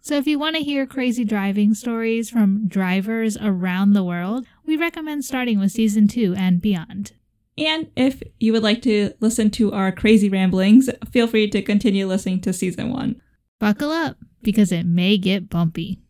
So if you want to hear crazy driving stories from drivers around the world, we recommend starting with season two and beyond. And if you would like to listen to our crazy ramblings, feel free to continue listening to season one. Buckle up because it may get bumpy.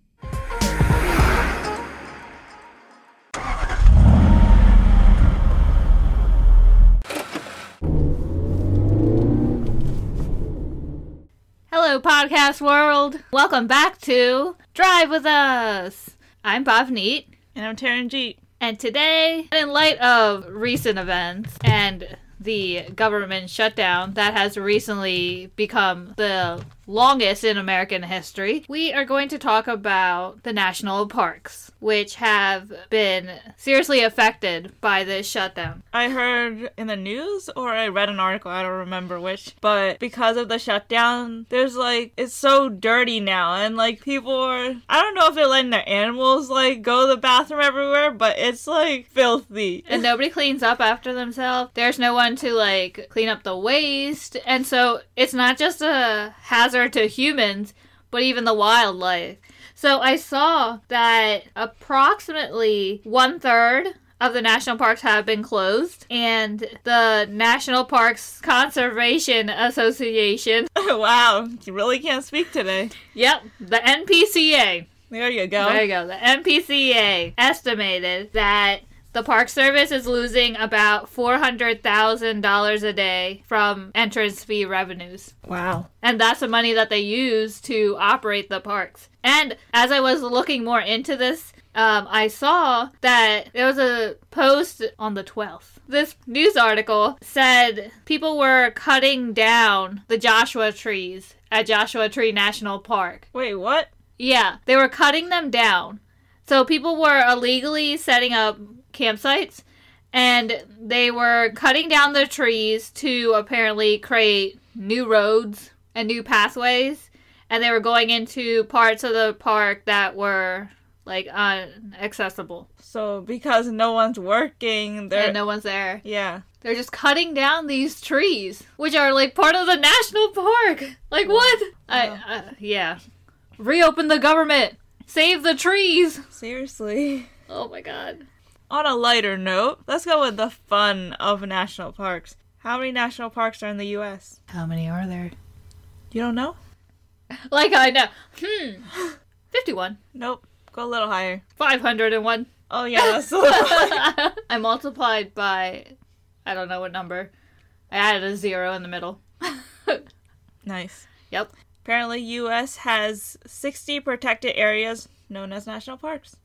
Hello, podcast world. Welcome back to Drive with Us. I'm Bhavneet, And I'm Taranjeet. and today, in light of recent events and the government shutdown that has recently become the longest in American history, we are going to talk about the national parks, which have been seriously affected by this shutdown. I heard in the news or I read an article, I don't remember which, but because of the shutdown, there's like, it's so dirty now. And like, people are, I don't know if they're letting their animals like go to the bathroom everywhere, but it's like filthy. and nobody cleans up after themselves. There's no one to like clean up the waste. And so it's not just a hazard to humans, but even the wildlife. So I saw that approximately one third of the national parks have been closed, and the National Parks Conservation Association, wow, you really can't speak today. yep, the NPCA, There you go. There you go. The MPCA estimated that the Park Service is losing about $400,000 a day from entrance fee revenues. Wow. And that's the money that they use to operate the parks. And as I was looking more into this, um, I saw that there was a post on the 12th. This news article said people were cutting down the Joshua trees at Joshua Tree National Park. Wait, what? Yeah, they were cutting them down. So people were illegally setting up campsites and they were cutting down the trees to apparently create new roads and new pathways. And they were going into parts of the park that were like unaccessible So, because no one's working, they're. and no one's there. yeah. They're just cutting down these trees, which are like part of the national park. Like what? I, Wow. I yeah. Reopen the government. Save the trees. Seriously. Oh my god. On a lighter note, let's go with the fun of national parks. How many national parks are in the U.S.? How many are there? You don't know? Like I know. Hmm. 51. Nope. Go a little higher. 501. Oh yeah, that's a little higher. I multiplied by I don't know what number. I added a zero in the middle. nice. Yep. Apparently, U.S. has 60 protected areas known as national parks.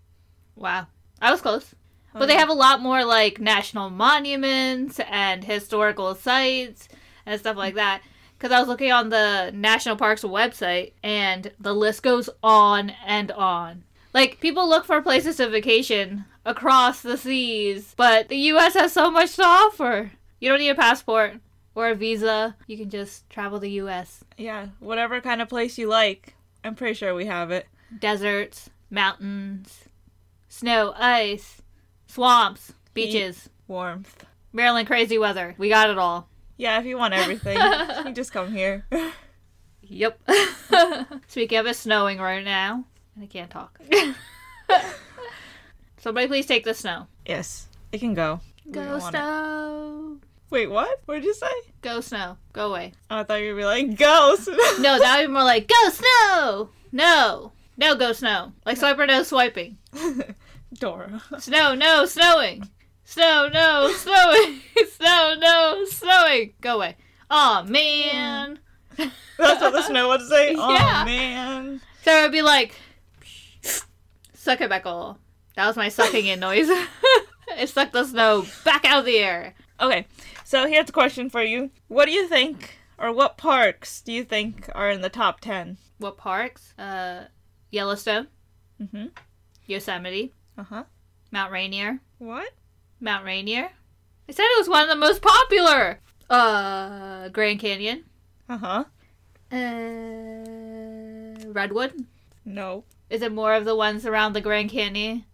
Wow. I was close. But they yeah. have a lot more like national monuments and historical sites and stuff like that. Because I was looking on the National Parks website and the list goes on and on. Like, people look for places to vacation across the seas, but the US has so much to offer. You don't need a passport or a visa, you can just travel the US. Yeah, whatever kind of place you like. I'm pretty sure we have it. Deserts, mountains, snow, ice, swamps, beaches. Warmth. Maryland crazy weather. We got it all. Yeah, if you want everything, you just come here. Yep. Speaking of, it's snowing right now, and I can't talk. Somebody please take the snow. yes, it can go. We Go don't want it. snow. Wait, what? What did you say? Go snow. Go away. Oh, I thought you were like ghosts. No, that would be more like go snow. No. No, go snow. Like swiper, no swiping. Dora. Snow, no, snowing. Snow, no, snowing. Snow, no, snowing. Go away. Aw, man. That's what the snow would say. Yeah. Oh man. So it would be like, suck it back all. That was my sucking in noise. it sucked the snow back out of the air. Okay, so here's a question for you. What do you think, or what parks do you think are in the top 10? uh, What parks? Uh, Yellowstone. Mhm. Yosemite, Uh huh. Mount Rainier, What? Mount Rainier. I said it was one of the most popular. Uh, Grand Canyon, Uh Uh-huh. huh. uh, Redwood. No. Is it more of the ones around the Grand Canyon?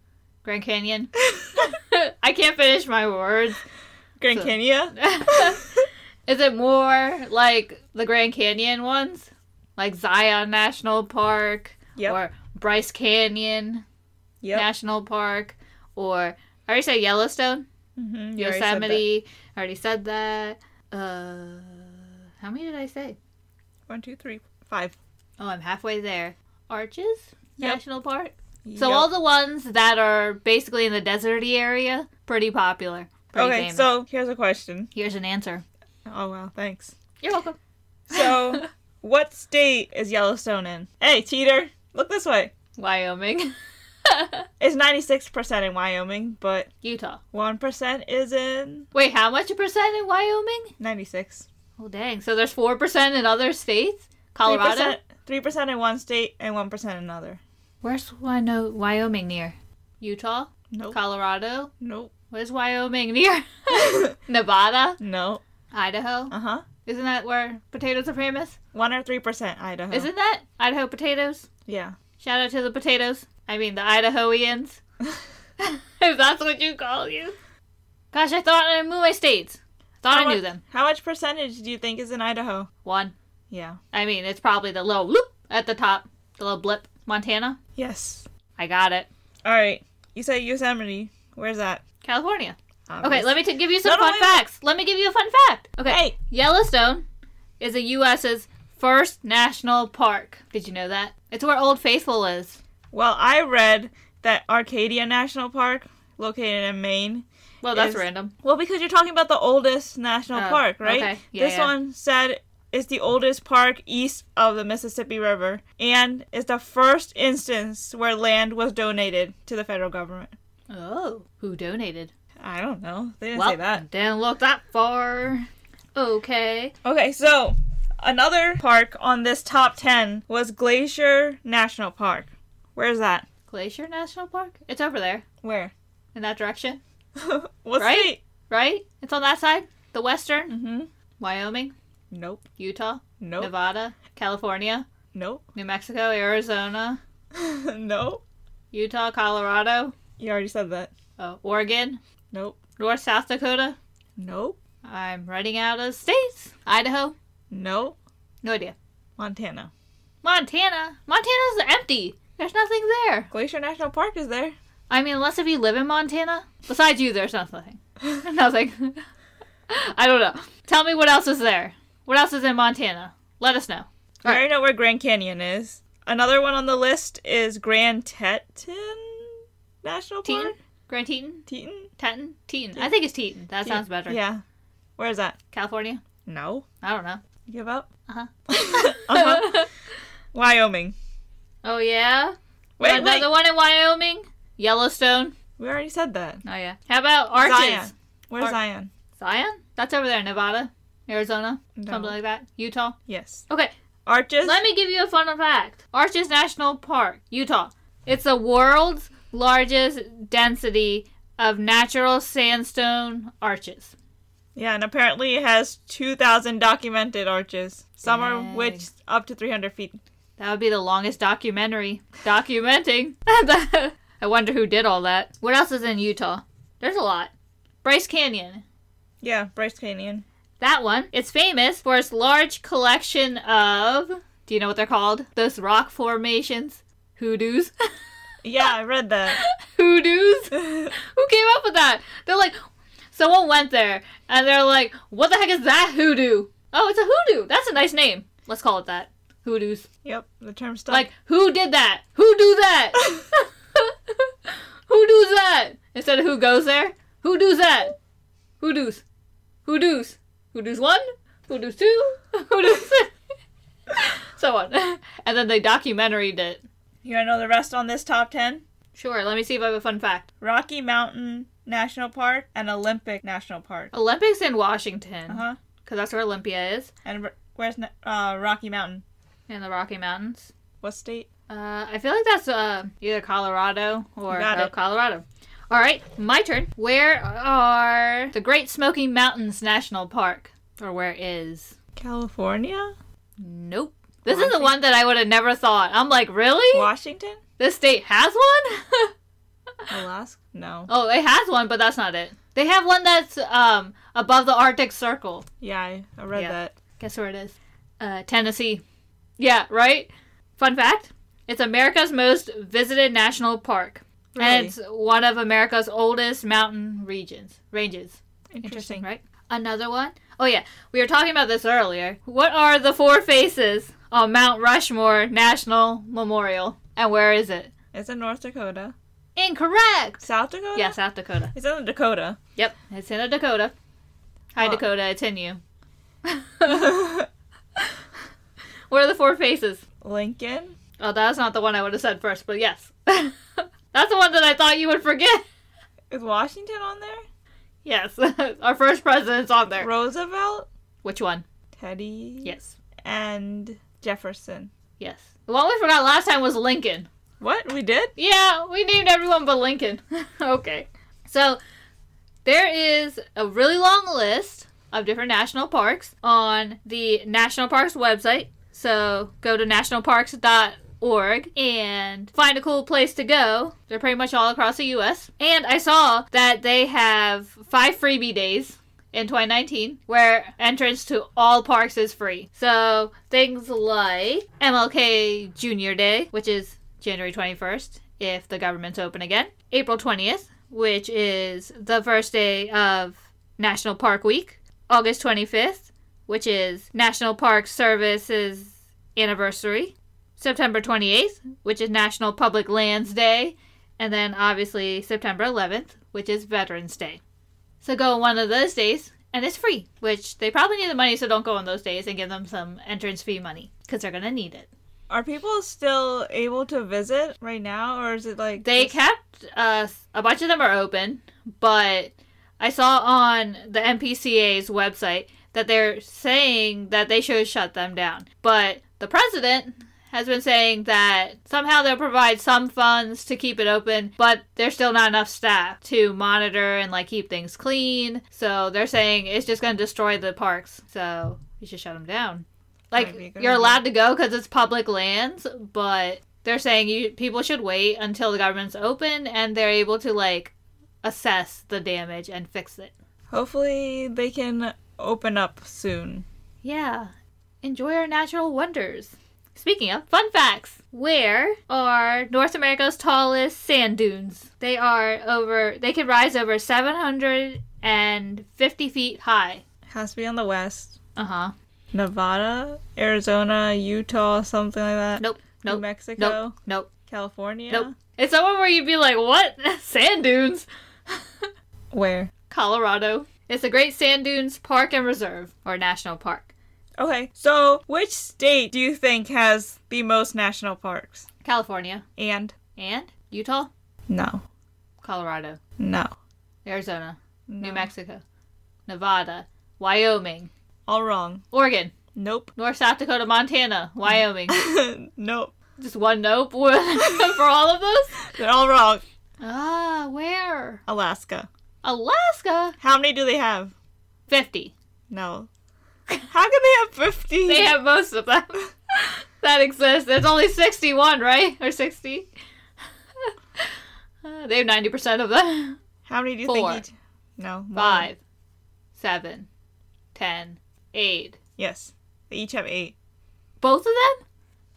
Grand Canyon. I can't finish my words. Grand So- Canyon? Is it more like the Grand Canyon ones? Like Zion National Park Yep. or Bryce Canyon yep. National Park or I already said Yellowstone, Mhm, you already said that. Yosemite. I already said that. Uh how many did I say? One, two, three, five. Oh, I'm halfway there. Arches Yep. National Park. So Yep. all the ones that are basically in the deserty area, pretty popular. Pretty Okay, famous. so here's a question. here's an answer. Oh wow, thanks. You're welcome. So what state is Yellowstone in? Hey, cheater! Look this way. Wyoming, It's ninety six percent in Wyoming, but Utah. one percent is in Wait, how much percent in Wyoming? ninety six. Oh dang! So there's four percent in other states. Colorado. Three percent in one state and one percent in another. Where's Wino- Wyoming near? Utah. Nope. Colorado. nope. Where's Wyoming near? Nevada. No. Idaho. Uh huh. Isn't that where potatoes are famous? One or three percent Idaho. Isn't that Idaho potatoes? Yeah. Shout out to the potatoes. I mean the Idahoians. if that's what you call you. Gosh, I thought I knew my states. Thought I How knew mu- them. How much percentage do you think is in Idaho? One. Yeah. I mean, it's probably the little loop at the top, the little blip. Montana. Yes. I got it. All right. You say Yosemite. Where's that? California. Okay, Obvious. let me t- give you some No, no, fun wait, wait. facts. Let me give you a fun fact. Okay. Hey. Yellowstone is the U.S.'s first national park. Did you know that? It's where Old Faithful is. Well, I read that Arcadia National Park, located in Maine. Well, that's Is- random. Well, because you're talking about the oldest national Oh, park, right? okay. Yeah, this yeah. one said it's the oldest park east of the Mississippi River and it's the first instance where land was donated to the federal government. Oh, who donated? I don't know. They didn't well, say that. didn't look that far. Okay. Okay, so another park on this top 10 was Glacier National Park. Where's that? Glacier National Park? It's over there Where? in that direction, What's Right? state? right? It's on that side. The western, Mm-hmm. Wyoming, Nope. Utah, Nope. Nevada, California, Nope. New Mexico, Arizona, nope. Utah, Colorado, You already said that. uh, Oregon, Nope. North South Dakota, Nope. I'm running out of states. Idaho? Nope. No idea. Montana. Montana? Montana's empty. There's nothing there. Glacier National Park is there. I mean, unless if you live in Montana. Besides you, there's nothing. nothing. I don't know. Tell me what else is there. What else is in Montana? Let us I know. Alright. already know where Grand Canyon is. Another one on the list is Grand Teton National Park. Teton? Grand Teton? Teton? Teton? Teton. I think it's Teton. That sounds better. Yeah. Where is that? California? No. I don't know. You give up? Uh-huh. uh-huh. Wyoming. Oh, yeah? Wait, Another wait. one in Wyoming? Yellowstone? We already said that. Oh, yeah. How about Arches? Zion. Where's Ar- Zion? Zion? That's over there, Nevada, Arizona, No. something like that. Utah. Yes. Okay, Arches? let me give you a fun fact. Arches National Park, Utah. It's the world's largest density of natural sandstone arches. yeah, and apparently it has 2,000 documented arches, some Dang. are which up to 300 feet. That would be the longest documentary documenting. I wonder who did all that. What else is in Utah? There's a lot. Bryce Canyon. Yeah, Bryce Canyon. That one. It's famous for its large collection of. Do you know what they're called? Those rock formations? Hoodoos? Yeah, I read that. hoodoos? Who came up with that? They're like, someone went there and they're like, what the heck is that hoodoo? Oh, it's a hoodoo. That's a nice name. Let's call it that. Hoodoos. yep, the term stuck. Like, who did that? Who do that? who does that? Instead of who goes there? Who does that? Who does? Who does? Who does one? Who does two? Who does so on. And then they documentaried it. you want to know the rest on this top 10? Sure, let me see if I have a fun fact. Rocky Mountain National Park and Olympic National Park. Olympics in Washington. Uh huh. because that's where Olympia is And wh- where's Na- uh, Rocky Mountain? in the Rocky Mountains. What state? Uh, I feel like that's uh, either Colorado or Got oh, it. Colorado. All right, my turn. Where are the Great Smoky Mountains National Park? Or where is? California? Nope. This is the one that I would have never thought. I'm like, really? Washington? This state has one? Alaska? No. oh, it has one, but that's not it. They have one that's um above the Arctic Circle. Yeah, I, I read Yeah. that. Guess where it is? Uh, Tennessee. Yeah, right? Fun fact it's America's most visited national park. And Really? it's one of America's oldest mountain regions, ranges. Interesting. right? Another one? Oh, yeah. We were talking about this earlier. What are the four faces on Mount Rushmore National Memorial? And where is it? It's in North Dakota. Incorrect! South Dakota? Yeah, South Dakota. It's in Dakota. Yep, it's in a Dakota. Hi, Huh. Dakota, it's in you. Lincoln? What are the four faces? Oh, that's not the one I would have said first, but yes. that's the one that I thought you would forget. Is Washington on there? Yes, our first president's on there. Roosevelt? Which one? Teddy? Yes. And Jefferson. Yes. The one we forgot last time was Lincoln. What? We did? Yeah, we named everyone but Lincoln. okay. So, there is a really long list of different national parks on the National Parks website. So, go to nationalparks.org and find a cool place to go. They're pretty much all across the US. And I saw that they have five freebie days in 2019 where entrance to all parks is free. So things like MLK Junior Day, which is January 21st if the government's open again, April 20th, which is the first day of National Park Week, August 25th, which is National Park Service's anniversary, September 28th, which is National Public Lands Day, and then obviously September 11th, which is Veterans Day. So go on one of those days, and it's free, which they probably need the money, so don't go on those days and give them some entrance fee money because they're going to need it. Are people still able to visit right now, or is it like They just- kept uh, a bunch of them are open, but I saw on the NPCA's website that they're saying that they should shut them down. But the president has been saying that somehow they'll provide some funds to keep it open, but there's still not enough staff to monitor and like keep things clean. So they're saying it's just going to destroy the parks. So you should shut them down. Like Might be a good you're idea. allowed to go because it's public lands, but they're saying you people should wait until the government's open and they're able to like assess the damage and fix it. Hopefully, they can open up soon. Yeah. Enjoy our natural wonders. Speaking of fun facts, where are North America's tallest sand dunes? They are over they can rise over 750 feet high. Has to be on the west. Uh-huh. Nevada, Arizona, Utah, something like that. Nope. New Nope. Mexico, Nope. Nope. California. Nope. It's somewhere where you'd be like, "What? sand dunes?" Where? Colorado. It's the Great Sand Dunes Park and Reserve, or National Park. Okay, so which state do you think has the most national parks? California. And And Utah, no, Colorado, no, Arizona, no. New Mexico, Nevada, Wyoming, All wrong. Oregon, Nope. North South Dakota, Montana, Wyoming. nope. Just one nope for all of those? They're all wrong. Ah, where? Alaska. Alaska? How many do they have? 50. No. How can they have 50? They have most of them that exist. There's only 61, right? Or 60? Uh, they have 90% of them. How many do you Four. think each? No. more. Five, seven, ten, eight. Yes. They each have eight. Both of them?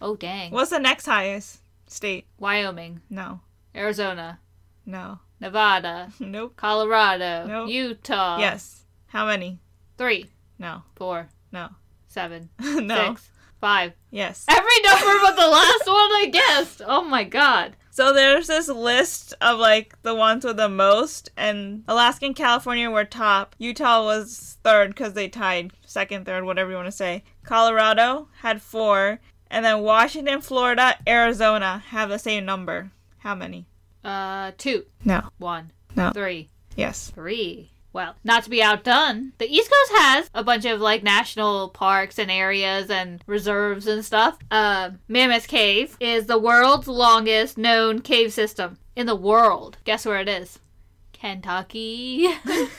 Oh, dang. What's the next highest state? Wyoming, No. Arizona, No. Nevada, Nope. Colorado, Nope. Utah. yes. How many? Three, No. four, No. seven, no. six, five. Yes. Every number but the last one I guessed. Oh, my God. So there's this list of like the ones with the most, and Alaska and California were top. Utah was third because they tied second, third, whatever you want to say. Colorado had four, and then Washington, Florida, Arizona have the same number. How many? Uh, two. No. One. No. Three. Yes. Three. Well, not to be outdone, the East Coast has a bunch of like national parks and areas and reserves and stuff. Uh, Mammoth Cave is the world's longest known cave system in the world. Guess where it is? Kentucky.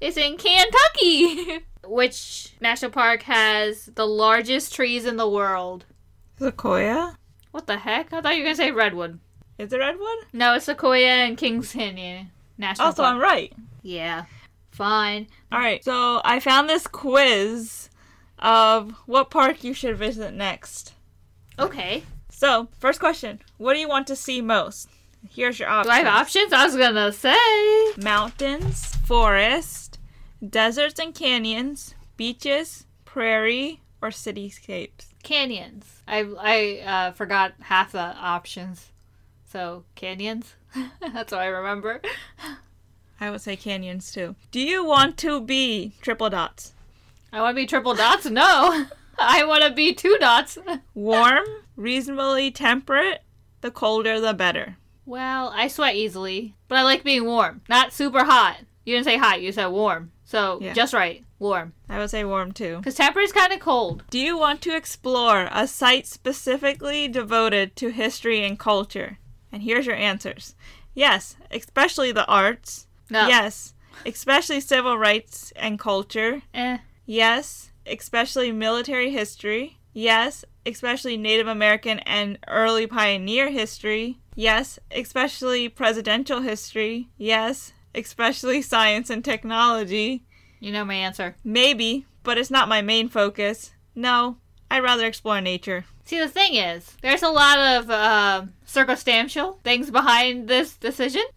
it's in Kentucky. Which national park has the largest trees in the world? Sequoia? What the heck? I thought you were gonna say redwood. Is it redwood? No, it's Sequoia and Kings Canyon National Also, Park. I'm right. Yeah. Fine. All right, so I found this quiz of what park you should visit next. Okay. So, first question What do you want to see most? Here's your Do options I have options? I was gonna say. mountains, forest, deserts and canyons, beaches, prairie, or cityscapes. Canyons. I, I uh, forgot half the options. So, canyons? That's what I remember. I would say canyons too. Do you want to be triple dots? I wanna be triple dots? No! I wanna be two dots! Warm, reasonably temperate, the colder the better. Well, I sweat easily, but I like being warm. Not super hot. You didn't say hot, you said warm. So, Yeah. just right. Warm. I would say warm too. Because temperate's kinda cold. Do you want to explore a site specifically devoted to history and culture? And here's your answers yes, especially the arts. No. Yes, especially civil rights and culture. Eh. Yes, especially military history. Yes, especially Native American and early pioneer history. Yes, especially presidential history. Yes, especially science and technology. You know my answer. Maybe, but it's not my main focus. No, I'd rather explore nature. See, the thing is, there's a lot of um circumstantial things behind this decision.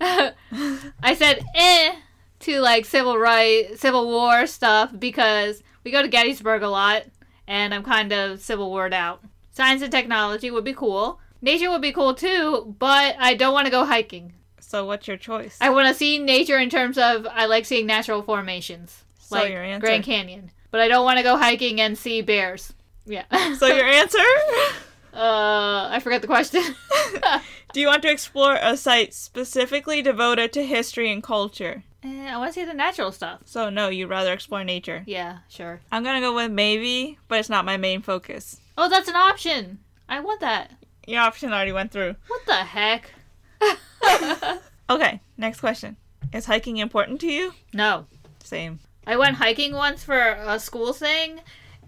I said eh to like civil right, civil war stuff because we go to Gettysburg a lot, and I'm kind of civil warred out. Science and technology would be cool. Nature would be cool too, but I don't want to go hiking. So what's your choice? I want to see nature in terms of I like seeing natural formations, So like your answer. Grand Canyon. But I don't want to go hiking and see bears. Yeah. so your answer? Uh, I forgot the question. eh, Do you want to explore a site specifically devoted to history and culture? Eh, I want to see the natural stuff. So no, you'd rather explore nature. Yeah, sure. I'm gonna go with maybe, but it's not my main focus. Oh, that's an option. I want that. Your option already went through. What the heck? Okay, next question. Is hiking important to you? No. Same. I went hiking once for a school thing,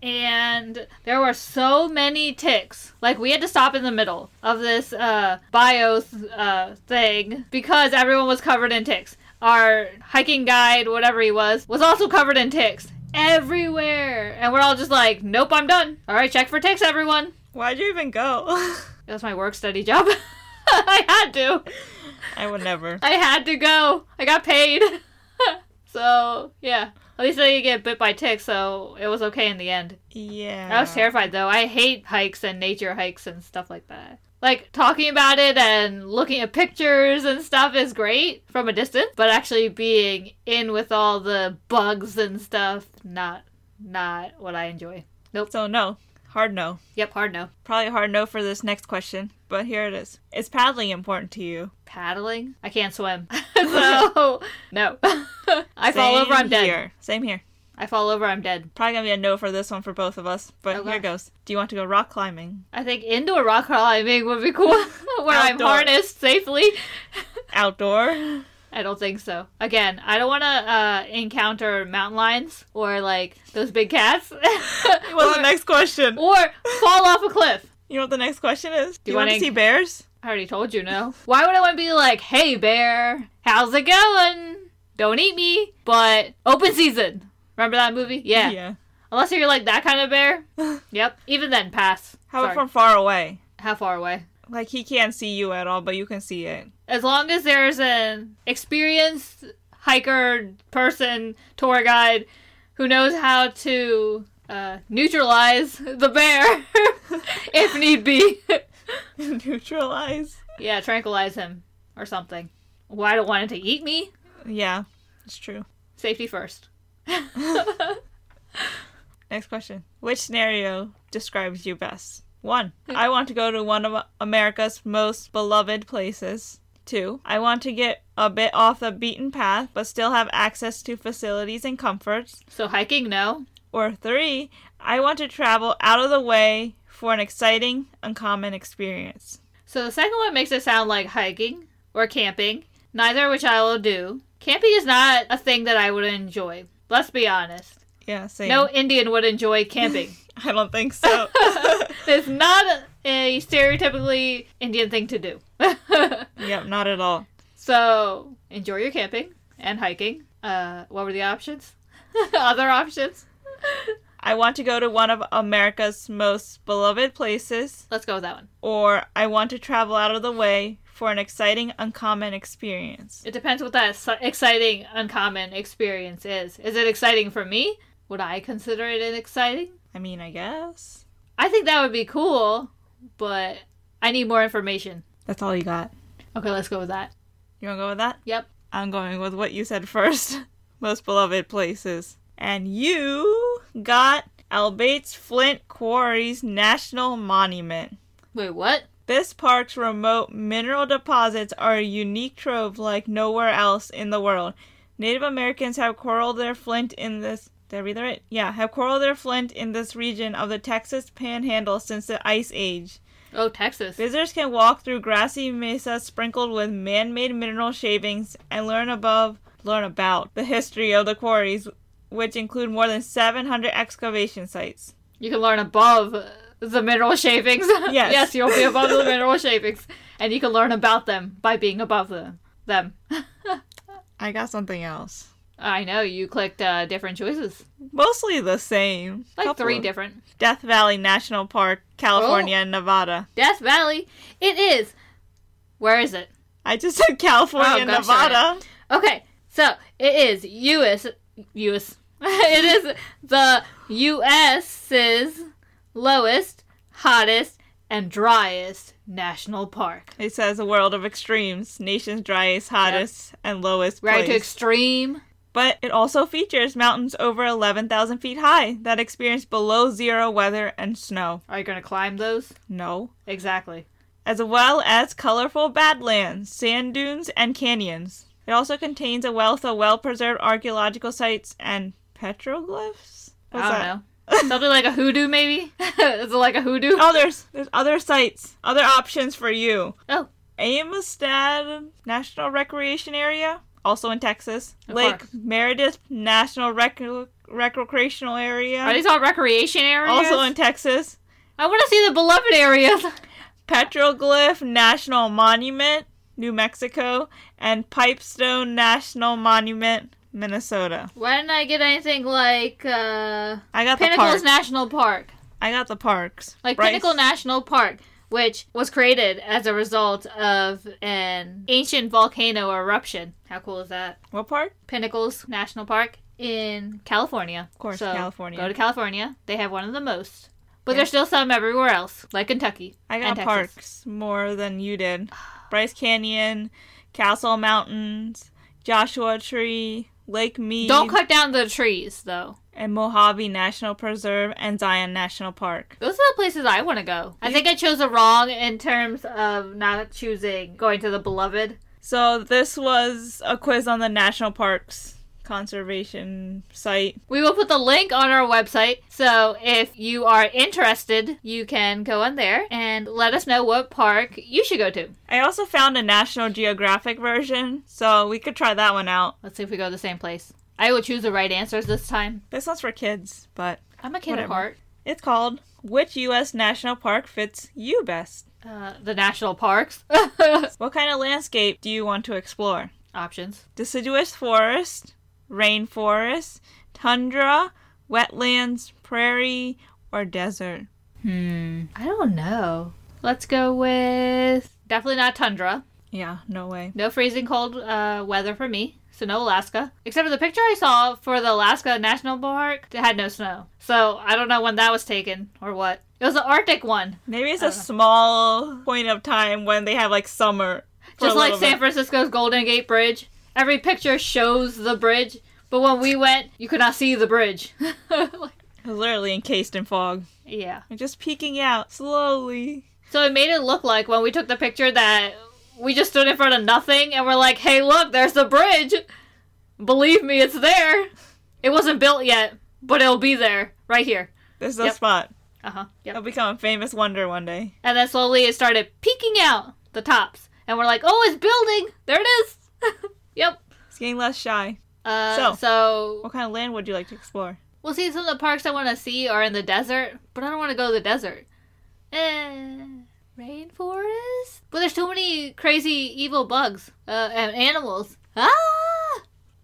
and there were so many ticks. Like, we had to stop in the middle of this uh, bio uh, thing because everyone was covered in ticks. Our hiking guide, whatever he was, was also covered in ticks everywhere. And we're all just like, nope, I'm done. All right, check for ticks, everyone. Why'd you even go? It was my work study job. I had to. I would never. I had to go. I got paid. so, yeah. At least I didn't get bit by ticks, so it was okay in the end. Yeah. I was terrified, though. I hate hikes and nature hikes and stuff like that. Like, talking about it and looking at pictures and stuff is great from a distance, but actually being in with all the bugs and stuff, not, not what I enjoy. So no. Hard no. Yep, hard no. Probably a hard no for this next question, but here it is. Is paddling important to you? Paddling? I can't swim. so, no. I fall over, I'm dead. Here. Same here. I fall over, I'm dead. Probably gonna be a no for this one for both of us, but Oh, here gosh. goes. Do you want to go rock climbing? I think indoor rock climbing would be cool where I'm Outdoor. harnessed safely. Outdoor? I don't think so. Again, I don't want to uh, encounter mountain lions or like those big cats What's the or, next question? or fall off a cliff. You know what the next question is? Do you you, want wanna- to see bears? I already told you no. Why would I want to be like, hey bear, how's it going? Don't eat me, but open season. Remember that movie? Yeah. Unless you're like that kind of bear. yep. Even then, pass. How Sorry. about from far away? How far away? Like he can't see you at all, but you can see it. as long as there's an experienced hiker person tour guide who knows how to uh, neutralize the bear if need be Neutralize. yeah tranquilize him or something well i don't want it to eat me Yeah, it's true. safety first Next question. Which scenario describes you best? One, I want to go to one of America's most beloved places. Two, I want to get a bit off the beaten path, but still have access to facilities and comforts. So hiking, no. Or three, I want to travel out of the way for an exciting, uncommon experience. So the second one makes it sound like hiking or camping, neither of which I will do. Camping is not a thing that I would enjoy. Let's be honest. Yeah, same. No Indian would enjoy camping. I don't think so. it's not a stereotypically Indian thing to do. yep, not at all. so enjoy your camping and hiking. Uh, what were the options? Other options? I want to go to one of America's most beloved places, Let's go with that one. or I want to travel out of the way for an exciting, uncommon experience. It depends what that exci- exciting, uncommon experience is. Is it exciting for me? Would I consider it an exciting? I mean, I guess. I think that would be cool, but I need more information. That's all you got. Okay, let's go with that. You wanna go with that? Yep. I'm going with what you said first. Most beloved places. And you got Albates Flint Quarries National Monument. Wait, what? This park's remote mineral deposits are a unique trove like nowhere else in the world. Native Americans have quarreled their flint in this. Did I read that right? Yeah, have quarreled their flint in this region of the Texas Panhandle since the Ice Age. Oh, Texas. Visitors can walk through grassy mesas sprinkled with man-made mineral shavings and learn above learn about the history of the quarries, which include more than 700 excavation sites. You can learn above the mineral shavings. Yes. you'll be above the mineral shavings. And you can learn about them by being above them. them. I got something else. I know, you clicked uh, different choices. Mostly the same. Like Couple three of- different. Death Valley National Park, California Oh. and Nevada. Death Valley. It is. Where is it? I just said California Oh, and gosh, Nevada. Okay, so it is U.S. U.S. it is the U.S.'s lowest, hottest, and driest national park. It says a world of extremes, nation's driest, hottest, and lowest Right to place. extreme. but it also features mountains over 11,000 feet high that experience below zero weather and snow. Are you going to climb those? No. Exactly. As well as colorful badlands, sand dunes, and canyons. It also contains a wealth of well preserved archaeological sites and petroglyphs? What's I don't that? know. Something like a hoodoo, maybe? is it like a hoodoo? Oh, there's there's other sites, other options for you. Oh. Amistad National Recreation Area, also in Texas. Of Lake course. Meredith National Rec- Rec- Recreational Area, Are these all recreation areas? also in Texas. I want to see the beloved areas. Petroglyph National Monument, New Mexico, and Pipestone National Monument, Minnesota. Why didn't I get anything like uh, I got the Pinnacles parks. National Park? I got the parks. like Bryce- Pinnacle National Park, which was created as a result of an ancient volcano eruption. How cool is that? What park? Pinnacles National Park in California. Of course, California. Go to California. They have one of the most. But Yeah. there's still some everywhere else, like Kentucky. I and got Texas. parks more than you did. Bryce Canyon, Castle Mountains, Joshua Tree, Lake Mead, Don't cut down the trees, though. and Mojave National Preserve and Zion National Park. Those are the places I want to go. I think I chose the wrong in terms of not choosing going to the beloved. So this was a quiz on the national parks conservation site. We will put the link on our website. So if you are interested, you can go on there and let us know what park you should go to. I also found a National Geographic version, so we could try that one out. Let's see if we go to the same place. I will choose the right answers this time. This one's for kids, but I'm a kid Whatever. at heart. it's called Which US National Park Fits You Best? Uh, the national parks. What kind of landscape do you want to explore? Options. deciduous forest, rainforest, tundra, wetlands, prairie, or desert. Hmm. I don't know. Let's go with definitely not tundra. Yeah, no way. No freezing cold uh, weather for me. So no Alaska. Except for the picture I saw for the Alaska National Park, it had no snow. So I don't know when that was taken or what. It was the Arctic one. Maybe it's a Uh-huh. small point of time when they have like summer. for just a like little San bit. Francisco's Golden Gate Bridge. Every picture shows the bridge, but when we went, you could not see the bridge. Like, It was literally encased in fog. yeah. We're just peeking out slowly. So it made it look like when we took the picture that we just stood in front of nothing and we're like, hey, look, there's the bridge. Believe me, it's there. It wasn't built yet, but it'll be there right here. This is the Yep. spot. Uh huh. It'll Yep. become a famous wonder one day. And then slowly it started peeking out the tops, and we're like, oh, it's building. There it is. yep. It's getting less shy. Uh, So- so, so What kind of land would you like to explore? Well, see, some of the parks I want to see are in the desert, but I don't want to go to the desert. Eh, rainforest? But there's too many crazy evil bugs uh, and animals. Ah!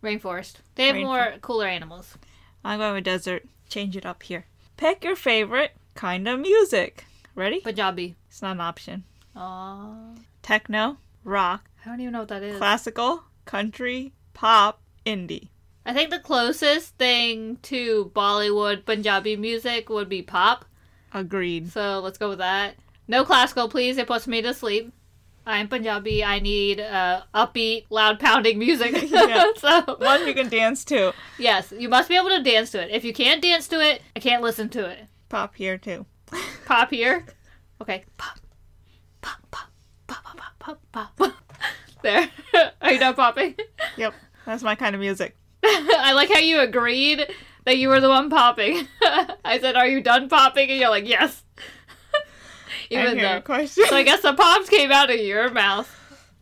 Rainforest. They have more cooler animals. I'm going with desert. Change it up here. Pick your favorite kind of music. Ready? Punjabi. It's not an option. Aw. Techno, rock, I don't even know what that is. classical, country, pop, indie. I think the closest thing to Bollywood Punjabi music would be pop. Agreed. So let's go with that. No classical, please. It puts me to sleep. I'm Punjabi. I need uh, upbeat, loud pounding music. Yeah. so One you can dance to. yes, you must be able to dance to it. If you can't dance to it, I can't listen to it. Pop here too. Pop here. Okay. Pop. Pop. Pop. Pop. Pop. Pop. Pop. pop. There. Are you not popping? Yep. That's my kind of music. I like how you agreed that you were the one popping. I said, "Are you done popping?" And you're like, "Yes." I'm Even here, though. of course. So I guess the pops came out of your mouth,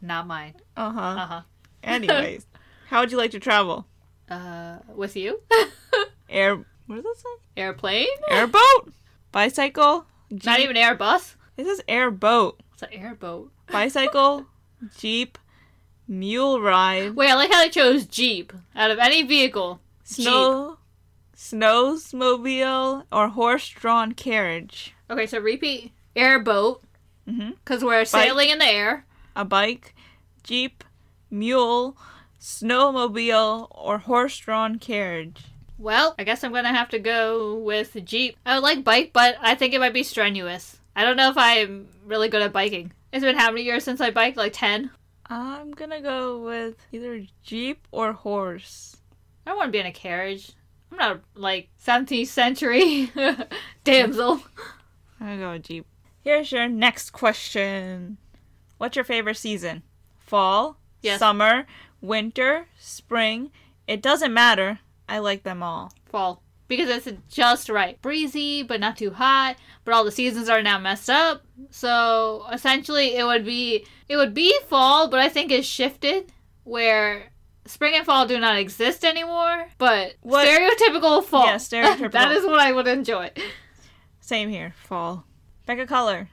not mine. uh-huh. Uh huh. Anyways, how would you like to travel? Uh, with you, Air. What does that say? airplane? Airboat, bicycle. Not jeep- even airbus. This is airboat, It's an airboat. bicycle, jeep, mule ride, Wait, I like how they chose jeep out of any vehicle. snow, snowmobile, or horse-drawn carriage. Okay, so repeat airboat Mhm. because we're sailing in the air. A bike, jeep, mule, snowmobile, or horse-drawn carriage. Well, I guess I'm gonna have to go with jeep. I would like bike, but I think it might be strenuous. I don't know if I'm really good at biking. It's been how many years since I biked? Like ten. I'm gonna go with either jeep or horse. I don't want to be in a carriage. I'm not like 17th century damsel. I'm gonna go with Jeep. Here's your next question. What's your favorite season? Fall, Yes. summer, winter, spring. It doesn't matter. I like them all. fall because it's just right. Breezy, but not too hot. But all the seasons are now messed up. So essentially, it would be it would be fall, but I think it's shifted where spring and fall do not exist anymore. But What- stereotypical fall. Yeah, stereotypical. that is what I would enjoy. Same here. Fall. Pick a color.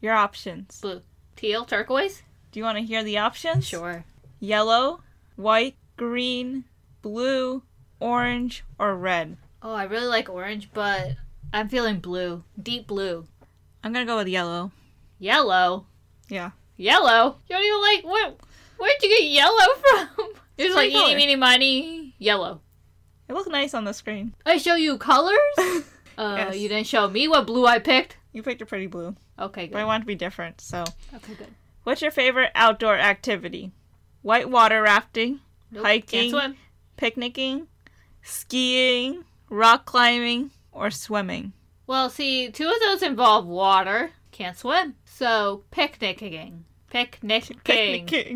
Your options. Blue, teal, turquoise. Do you want to hear the options? Sure. Yellow, white, green, blue, orange, or red. Oh, I really like orange, but I'm feeling blue, deep blue, I'm gonna go with yellow. yellow, Yeah. yellow. You don't even like what? Where'd you get yellow from? It's like pretty eeny, meeny, miny, yellow. It looks nice on the screen. I show you colors? uh, Yes. You didn't show me what blue I picked? You picked a pretty blue, Okay, but I good. want it to be different, so. Okay, good. What's your favorite outdoor activity? Whitewater rafting, Nope, Hiking. Can't swim. picnicking, skiing, rock climbing, or swimming? Well, see, two of those involve water. Can't swim. So, picnicking. Picnicking. Picnicking.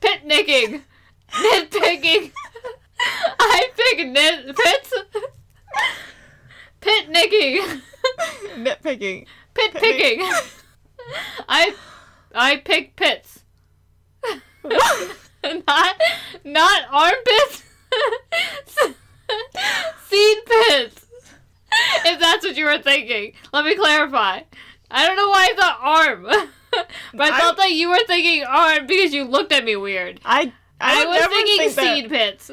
Picnicking. Nitpicking. I pick nitpits. Picnicking. Nitpicking. Pit picking. I I pick pits. not not armpits. Seed pits. If that's what you were thinking. Let me clarify. I don't know why I thought arm. but I I- felt like you were thinking arm because you looked at me weird. I I, I, would was never thinking think that- seed pits.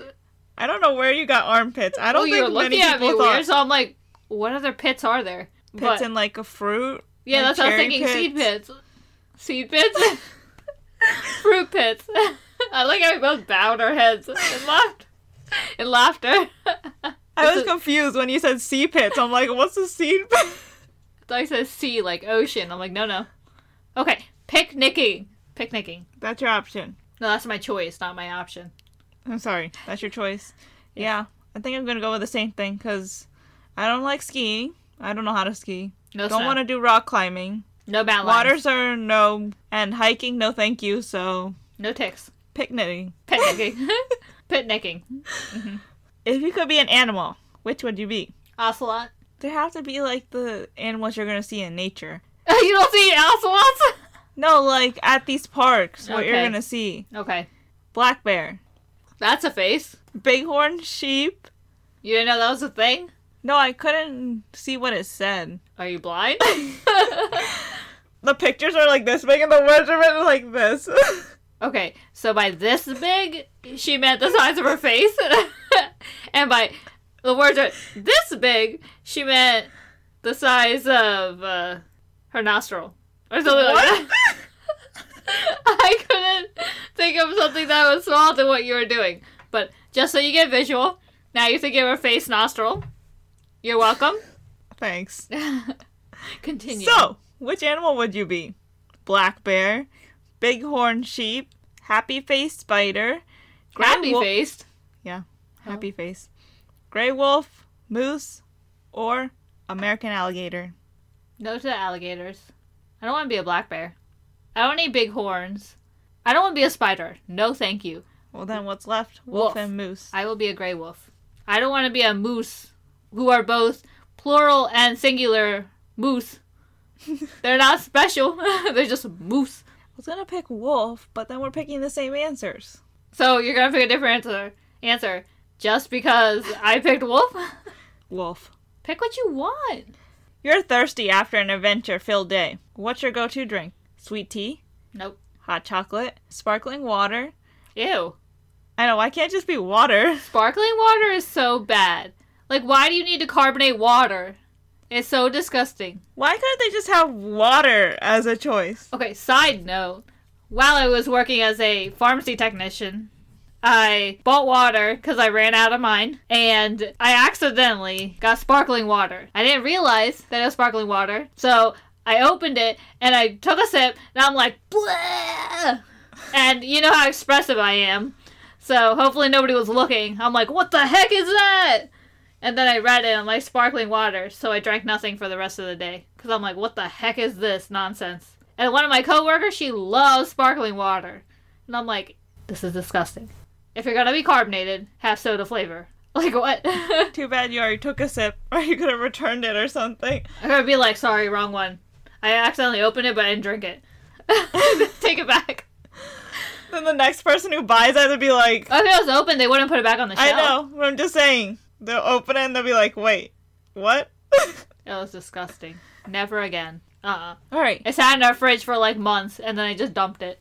I don't know where you got armpits. I Oh, don't you were think many looking at me people thought weird, so I'm like, what other pits are there? pits But- in like a fruit. Yeah, Like that's what I was cherry thinking. Seed pits. Seed pits? Fruit pits. I like how we both bowed our heads and laughed. In laughter. I I This was is- confused when you said sea pits. I'm like, what's a seed pit? thought you said sea, like ocean. I'm like, no, no. Okay, picnicking. Picnicking. That's your option. No, that's my choice, not my option. I'm sorry. That's your choice. Yeah. I think I'm gonna go with the same thing because I don't like skiing. I don't know how to ski. No don't snow. want to do rock climbing. No bad lines. Waters are no, and hiking, no thank you, so No ticks. picnicking. Picnicking. Picnicking. If you could be an animal, which would you be? Ocelot. There have to be like the animals you're gonna see in nature. you don't see ocelots? No, like at these parks, what you're Okay. gonna see. okay. Black bear, That's a face. bighorn sheep. You didn't know that was a thing? No, I couldn't see what it said. Are you blind? The pictures are like this big and the words are written like this. okay, so by this big, she meant the size of her face. and by the words are this big, she meant the size of uh, her nostril. Or something like that. I couldn't think of something that was smaller than what you were doing. But just so you get visual, now you're thinking of her face, nostril. You're welcome. Thanks. Continue. So, which animal would you be? Black bear, bighorn sheep, happy face spider, gray happy wo- faced. happy face, gray wolf, moose, or American alligator. No to the alligators. I don't want to be a black bear. I don't need big horns. I don't want to be a spider. No, thank you. Well, then what's left? Wolf. Wolf, and moose. I will be a gray wolf. I don't want to be a moose, who are both plural and singular moose. They're not special. They're just moose. I was gonna pick wolf, but then we're picking the same answers. So you're gonna pick a different answer. Answer just because I picked wolf. Wolf. pick what you want. You're thirsty after an adventure filled day. What's your go to drink? Sweet tea, Nope. hot chocolate, sparkling water. Ew. I know, why can't it just be water? Sparkling water is so bad. Like, why do you need to carbonate water? It's so disgusting. Why couldn't they just have water as a choice? Okay, side note. While I was working as a pharmacy technician, I bought water because I ran out of mine and I accidentally got sparkling water. I didn't realize that it was sparkling water, so I opened it and I took a sip and I'm like, Bleh! and you know how expressive I am. So hopefully nobody was looking. I'm like, what the heck is that? And then I read it and I'm like, sparkling water. So I drank nothing for the rest of the day. Because I'm like, what the heck is this nonsense? And one of my coworkers, she loves sparkling water. And I'm like, this is disgusting. If you're going to be carbonated, have soda flavor. Like, what? I'm Too bad you already took a sip, or you could have returned it or something. going to be like, sorry, wrong one. I accidentally opened it, but I didn't drink it. Take it back. Then the next person who buys it would be like, If it was open, they wouldn't put it back on the shelf. I know, but I'm just saying. They'll open it and they'll be like, wait, what? It was disgusting. Never again. Uh-uh. Alright. It sat in our fridge for like months, and then I just dumped it.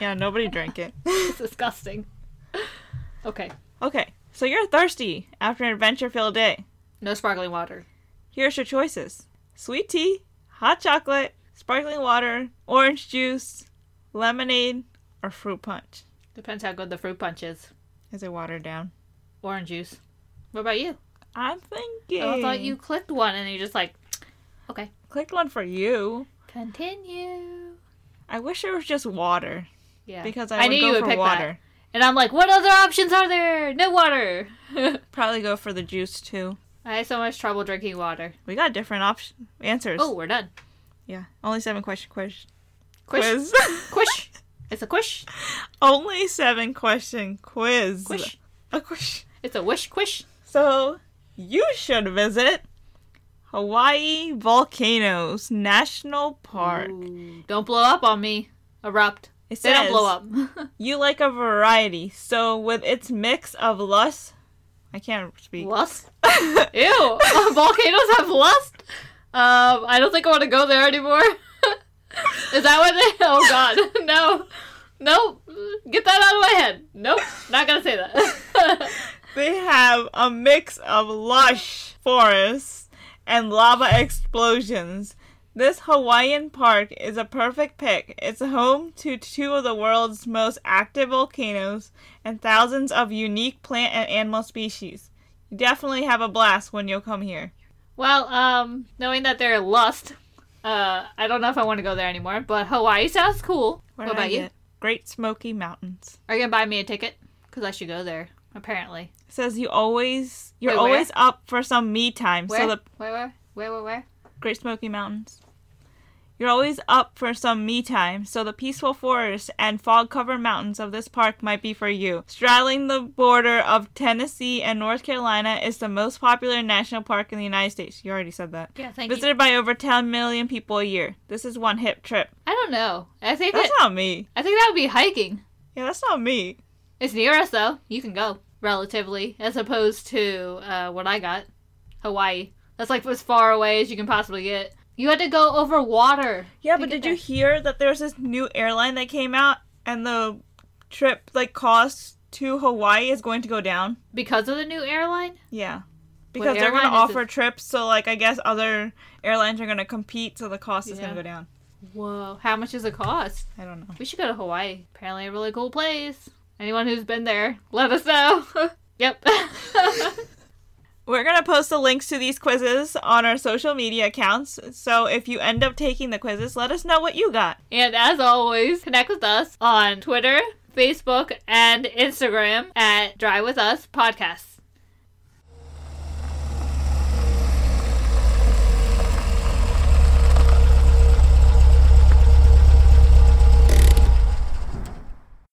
Yeah, nobody drank it. It's disgusting. Okay. Okay, so you're thirsty after an adventure filled day. No sparkling water. Here's your choices sweet tea, hot chocolate, sparkling water, orange juice, lemonade, or fruit punch. Depends how good the fruit punch is. Is it watered down? Orange juice. What about you? Oh, I'm thinking. I thought you clicked one and you just like, okay. clicked one for you. Continue. I wish it was just water Yeah. because I, would go for water. that. And I'm like, what other options are there? No water. Probably go for the juice too. I had so much trouble drinking water. We got different option answers. Oh, we're done. Yeah, only seven question quiz. Quish. Quiz. Quish. It's a quish. only seven question quiz. Quish. A quiz. It's a wish quish. So, you should visit Hawaii Volcanoes National Park. Ooh, Don't blow up on me. Erupt. It They says don't blow up. you like a variety. So, with its mix of lust, I can't speak. lust. Ew. Volcanoes have lust. Um, I don't think I want to go there anymore. Is that what they? Oh God, no, no. Get that out of my head. Nope, not gonna say that. They have a mix of lush forests and lava explosions. This Hawaiian park is a perfect pick. It's home to two of the world's most active volcanoes and thousands of unique plant and animal species. You definitely have a blast when you come here. well, um, knowing that they're lust, uh, I don't know if I want to go there anymore. But Hawaii sounds cool. What, did I about you? get? Great Smoky Mountains. Are you gonna buy me a ticket? Cause I should go there. Apparently. It says you always you're Wait, where? always up for some me time. Where? So the where? Where? Where? Where? Where? Great Smoky Mountains. You're always up for some me time, so the peaceful forests and fog covered mountains of this park might be for you. Straddling the border of Tennessee and North Carolina is the most popular national park in the United States. You already said that. Yeah, thank you. Visited by over 10 million people a year. This is one hip trip. I don't know. I think That's that, not me. I think that would be hiking. Yeah, that's not me. It's near us though. You can go relatively, as opposed to uh, what I got, Hawaii. That's like as far away as you can possibly get. You had to go over water. Yeah, to but get did you there. hear that there's this new airline that came out and the trip like cost to Hawaii is going to go down? because of the new airline? Yeah. Because they're airline going to is offer it? trips, so like I guess other airlines are going to compete, so the cost is Yeah. going to go down. Whoa! How much does it cost? I don't know. We should go to Hawaii. Apparently, a really cool place. Anyone who's been there, let us know. yep. We're going to post the links to these quizzes on our social media accounts, so if you end up taking the quizzes, let us know what you got. and as always, connect with us on Twitter, Facebook, and Instagram at Dry With Us Podcasts.